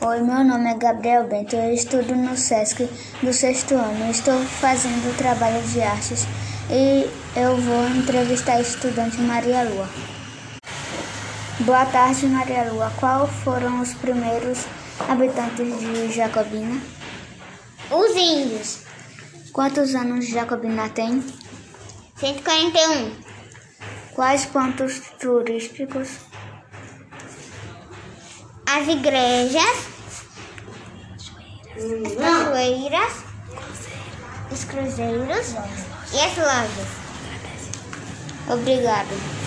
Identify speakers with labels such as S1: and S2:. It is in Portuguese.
S1: Oi, meu nome é Gabriel Bento, eu estudo no SESC do sexto ano. Estou fazendo trabalho de artes e eu vou entrevistar a estudante Maria Lua. Boa tarde, Maria Lua. Qual foram os primeiros habitantes de Jacobina?
S2: Os índios.
S1: Quantos anos Jacobina tem?
S2: 141.
S1: Quais pontos turísticos?
S2: As igrejas. As cachoeiras. Os cruzeiros. E as lojas.
S1: Obrigado.